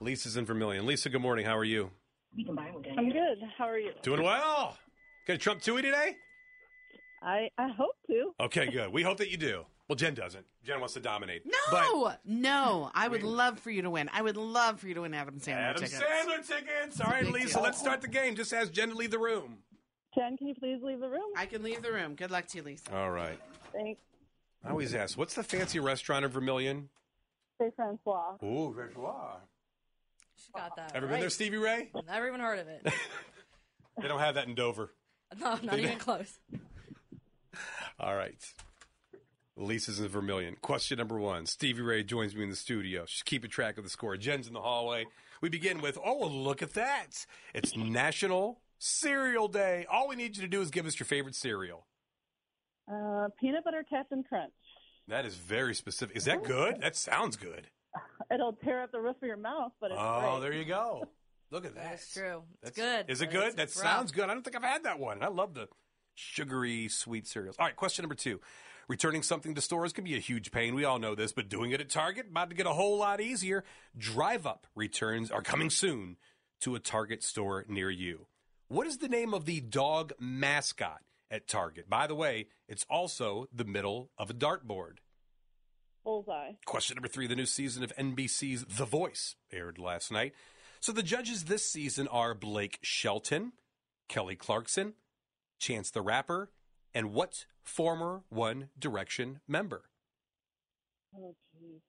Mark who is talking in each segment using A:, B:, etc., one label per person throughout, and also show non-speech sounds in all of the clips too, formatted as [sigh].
A: Lisa's in Vermillion. Lisa, good morning. How are you?
B: I'm good. How are you?
A: Doing well. Got a Trump Tui today?
B: I, I hope to.
A: Okay, good. We hope that you do. Well, Jen doesn't. Jen wants to dominate.
C: No,
A: But Mm.
C: no. I would love for you to win. I would love for you to win Adam Sandler
A: Adam
C: tickets.
A: Sandler tickets. All right,
C: big
A: Lisa,
C: deal.
A: let's start the game. Just ask Jen to leave the room.
B: Jen, can you please leave the room?
C: I can leave the room. Good luck to you, Lisa.
A: All right.
B: Thanks.
A: I always ask, what's the fancy restaurant in Vermillion?
B: Say Francois.
A: Ooh, Reservoir.
D: She got that.
A: Ever
D: right.
A: been there, Stevie Ray?
D: Never even heard of it.
A: [laughs]
D: [laughs]
A: They don't have that in Dover.
D: No, not even close.
A: All right. Lisa's in Vermillion. Question number one. Stevie Ray joins me in the studio. She's keeping track of the score. Jen's in the hallway. We begin with, oh, look at that. It's National Cereal Day. All we need you to do is give us your favorite cereal.
B: Uh, peanut butter Captain Crunch.
A: That is very specific. Is that good? That sounds good.
B: It'll tear up the roof of your mouth, but it's
A: Oh,
B: great.
A: there you go. Look at that.
D: That's true. It's good.
A: Is it
D: but
A: good?
D: it's
A: That
D: rough.
A: sounds good. I don't think I've had that one. I love the sugary, sweet cereals. All right, question number two. Returning something to stores can be a huge pain. We all know this, but doing it at Target about to get a whole lot easier. Drive Up returns are coming soon to a Target store near you. What is the name of the dog mascot at Target? By the way, it's also the middle of a dartboard.
B: Bullseye.
A: Question number three The new season of NBC's The Voice aired last night. So the judges this season are Blake Shelton, Kelly Clarkson, Chance the Rapper, and what former One Direction member?
B: Oh, geez.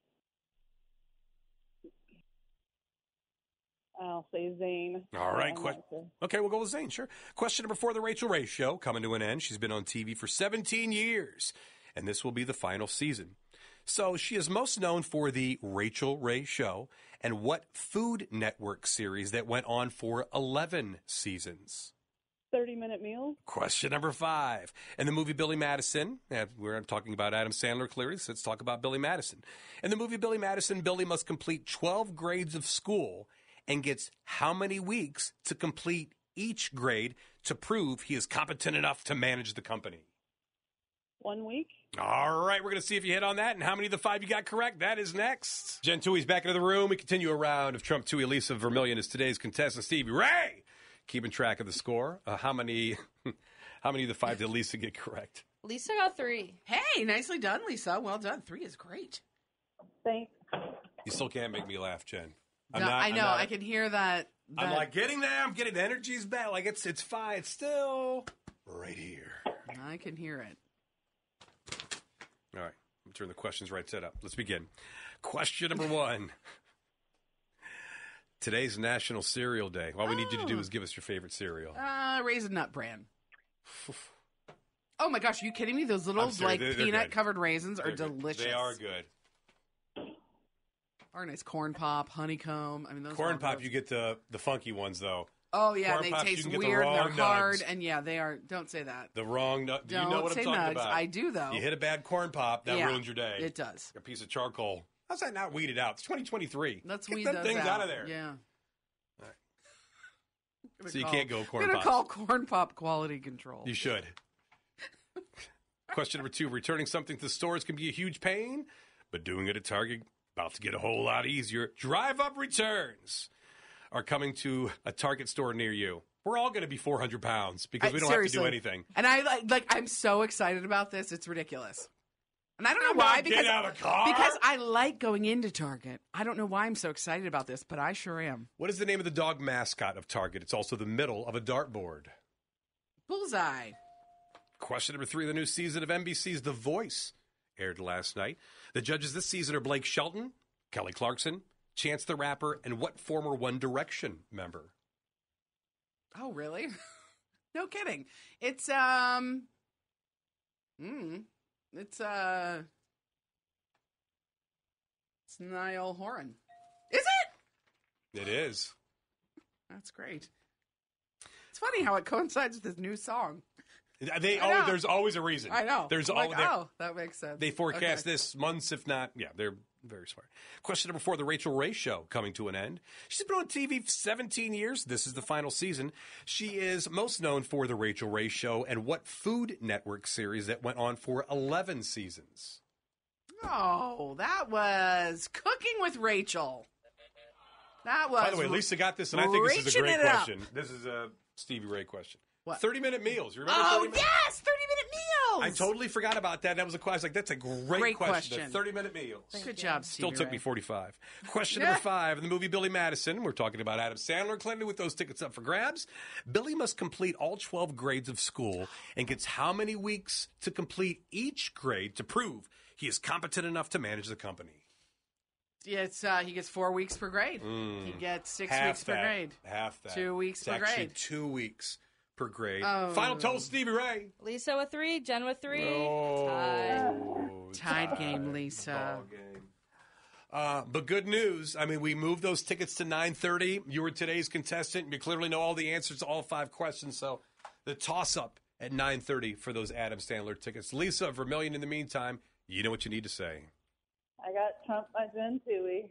B: I'll say Zane.
A: All right,
B: I'm
A: que-
B: not sure.
A: okay, we'll go with Zane, sure. Question number four The Rachel Ray Show coming to an end. She's been on TV for 17 years, and this will be the final season. So she is most known for The Rachel Ray Show and what Food Network series that went on for 11 seasons?
B: 30 minute meal.
A: Question number five. In the movie Billy Madison, yeah, we're talking about Adam Sandler clearly, so let's talk about Billy Madison. In the movie Billy Madison, Billy must complete 12 grades of school and gets how many weeks to complete each grade to prove he is competent enough to manage the company?
B: One week.
A: All right, we're going to see if you hit on that and how many of the five you got correct. That is next. Jen Tui's back into the room. We continue a round of Trump Tui. Lisa Vermillion is today's contestant. Stevie Ray keeping track of the score. Uh, how many? [laughs] How many of the five did Lisa get correct?
D: Lisa got three.
C: Hey, nicely done, Lisa. Well done. Three is great.
B: Thanks.
A: You still can't make me laugh, Jen.
C: No,
A: not-
C: I know.
A: not-
C: I can hear that. that
A: I'm like getting there. I'm getting the energy's back. Like it's it's fine. It's still right here.
C: I can hear it.
A: All right. I'm turn the questions right set up. Let's begin. Question number one. Today's National Cereal Day. All we need you to do
C: Oh.
A: is give us your favorite cereal.
C: Uh, raisin nut bran. [sighs] Oh my gosh, are you kidding me? Those little
A: I'm sorry,
C: like
A: they're- they're
C: peanut
A: good.
C: covered raisins are
A: They're good.
C: delicious.
A: They are good.
C: Or nice corn pop, honeycomb. I mean, those
A: Corn
C: are
A: pop,
C: those-
A: you get the the funky ones though.
C: Oh yeah,
A: corn
C: they
A: pops, you
C: taste
A: can get the
C: weird. and
A: raw
C: they're hard,
A: nugs.
C: and yeah, they are. Don't say that.
A: The wrong nut. Do you know
C: Don't
A: what
C: say
A: I'm talking
C: nugs.
A: about?
C: I do, though.
A: You hit a bad corn pop, that
C: Yeah,
A: ruins your day.
C: It does.
A: A piece of charcoal. How's that not weeded out? It's 2023.
C: Let's
A: get
C: weed
A: them
C: those
A: things
C: out.
A: out of there.
C: Yeah.
A: So you can't go corn
C: I'm gonna
A: pops.
C: call corn pop quality control.
A: You should. Question number two Returning something to stores can be a huge pain, but doing it at Target about to get a whole lot easier. Drive up returns are coming to a Target store near you. We're all going to be 400 pounds because
C: I-
A: we don't
C: seriously.
A: have to do anything.
C: And I like, like I'm so excited about this. It's ridiculous. And I don't know
A: I'm
C: why
A: not
C: because
A: getting out of the car.
C: because I like going into Target. I don't know why I'm so excited about this, but I sure am.
A: What is the name of the dog mascot of Target? It's also the middle of a dartboard.
C: Bullseye.
A: Question number three the new season of NBC's The Voice aired last night. The judges this season are Blake Shelton, Kelly Clarkson, Chance the Rapper, and what former One Direction member?
C: Oh really? [laughs] no kidding. It's um. Mm, it's uh. It's Niall Horan. Is it?
A: It is.
C: That's great. It's funny how it coincides with this new song.
A: They
C: I know.
A: oh, there's always a reason.
C: I know.
A: There's
C: I'm
A: al-
C: like,
A: they-
C: oh, that makes sense.
A: They forecast this months, if not yeah, they're very smart. Question number four: The Rachel Ray Show coming to an end. She's been on TV for 17 years. This is the final season. She is most known for The Rachel Ray Show and what Food Network series that went on for 11 seasons.
C: Oh, that was Cooking with Rachel. That was.
A: By the way, Lisa got this, and I think this is a
C: reaching
A: great
C: it up.
A: question. This is a Stevie Ray question.
C: What?
A: Thirty minute meals. You remember?
C: Oh
A: 30 minute-
C: yes, thirty minute meals.
A: I totally forgot about that. That was a question. I was like, that's a great,
C: Great
A: question.
C: question.
A: Thirty minute meals.
C: Good
D: you.
C: job,
A: Still
C: Stevie
A: took
C: Ray.
A: me 45. Question
C: [laughs]
A: number five in the movie Billy Madison, we're talking about Adam Sandler and Clinton with those tickets up for grabs. Billy must complete all 12 grades of school and gets how many weeks to complete each grade to prove he is competent enough to manage the company?
C: Yeah, it's, uh, he gets four weeks per grade. He gets six weeks per
A: Mm. that.
C: grade.
A: Half that.
C: Two weeks
A: It's
C: per
A: actually
C: grade.
A: two weeks per grade.
C: Oh.
A: Final total, Stevie Ray.
D: Lisa with three. Jen with three. Tie.
A: Oh,
C: Tied game, Lisa.
A: Ball game. Uh, but good news. I mean, we moved those tickets to 9:30. You were today's contestant. You clearly know all the answers to all five questions. So the toss-up at 9:30 for those Adam Sandler tickets. Lisa Vermillion. In the meantime, you know what you need to say.
B: I got trumped by Jen Toohey.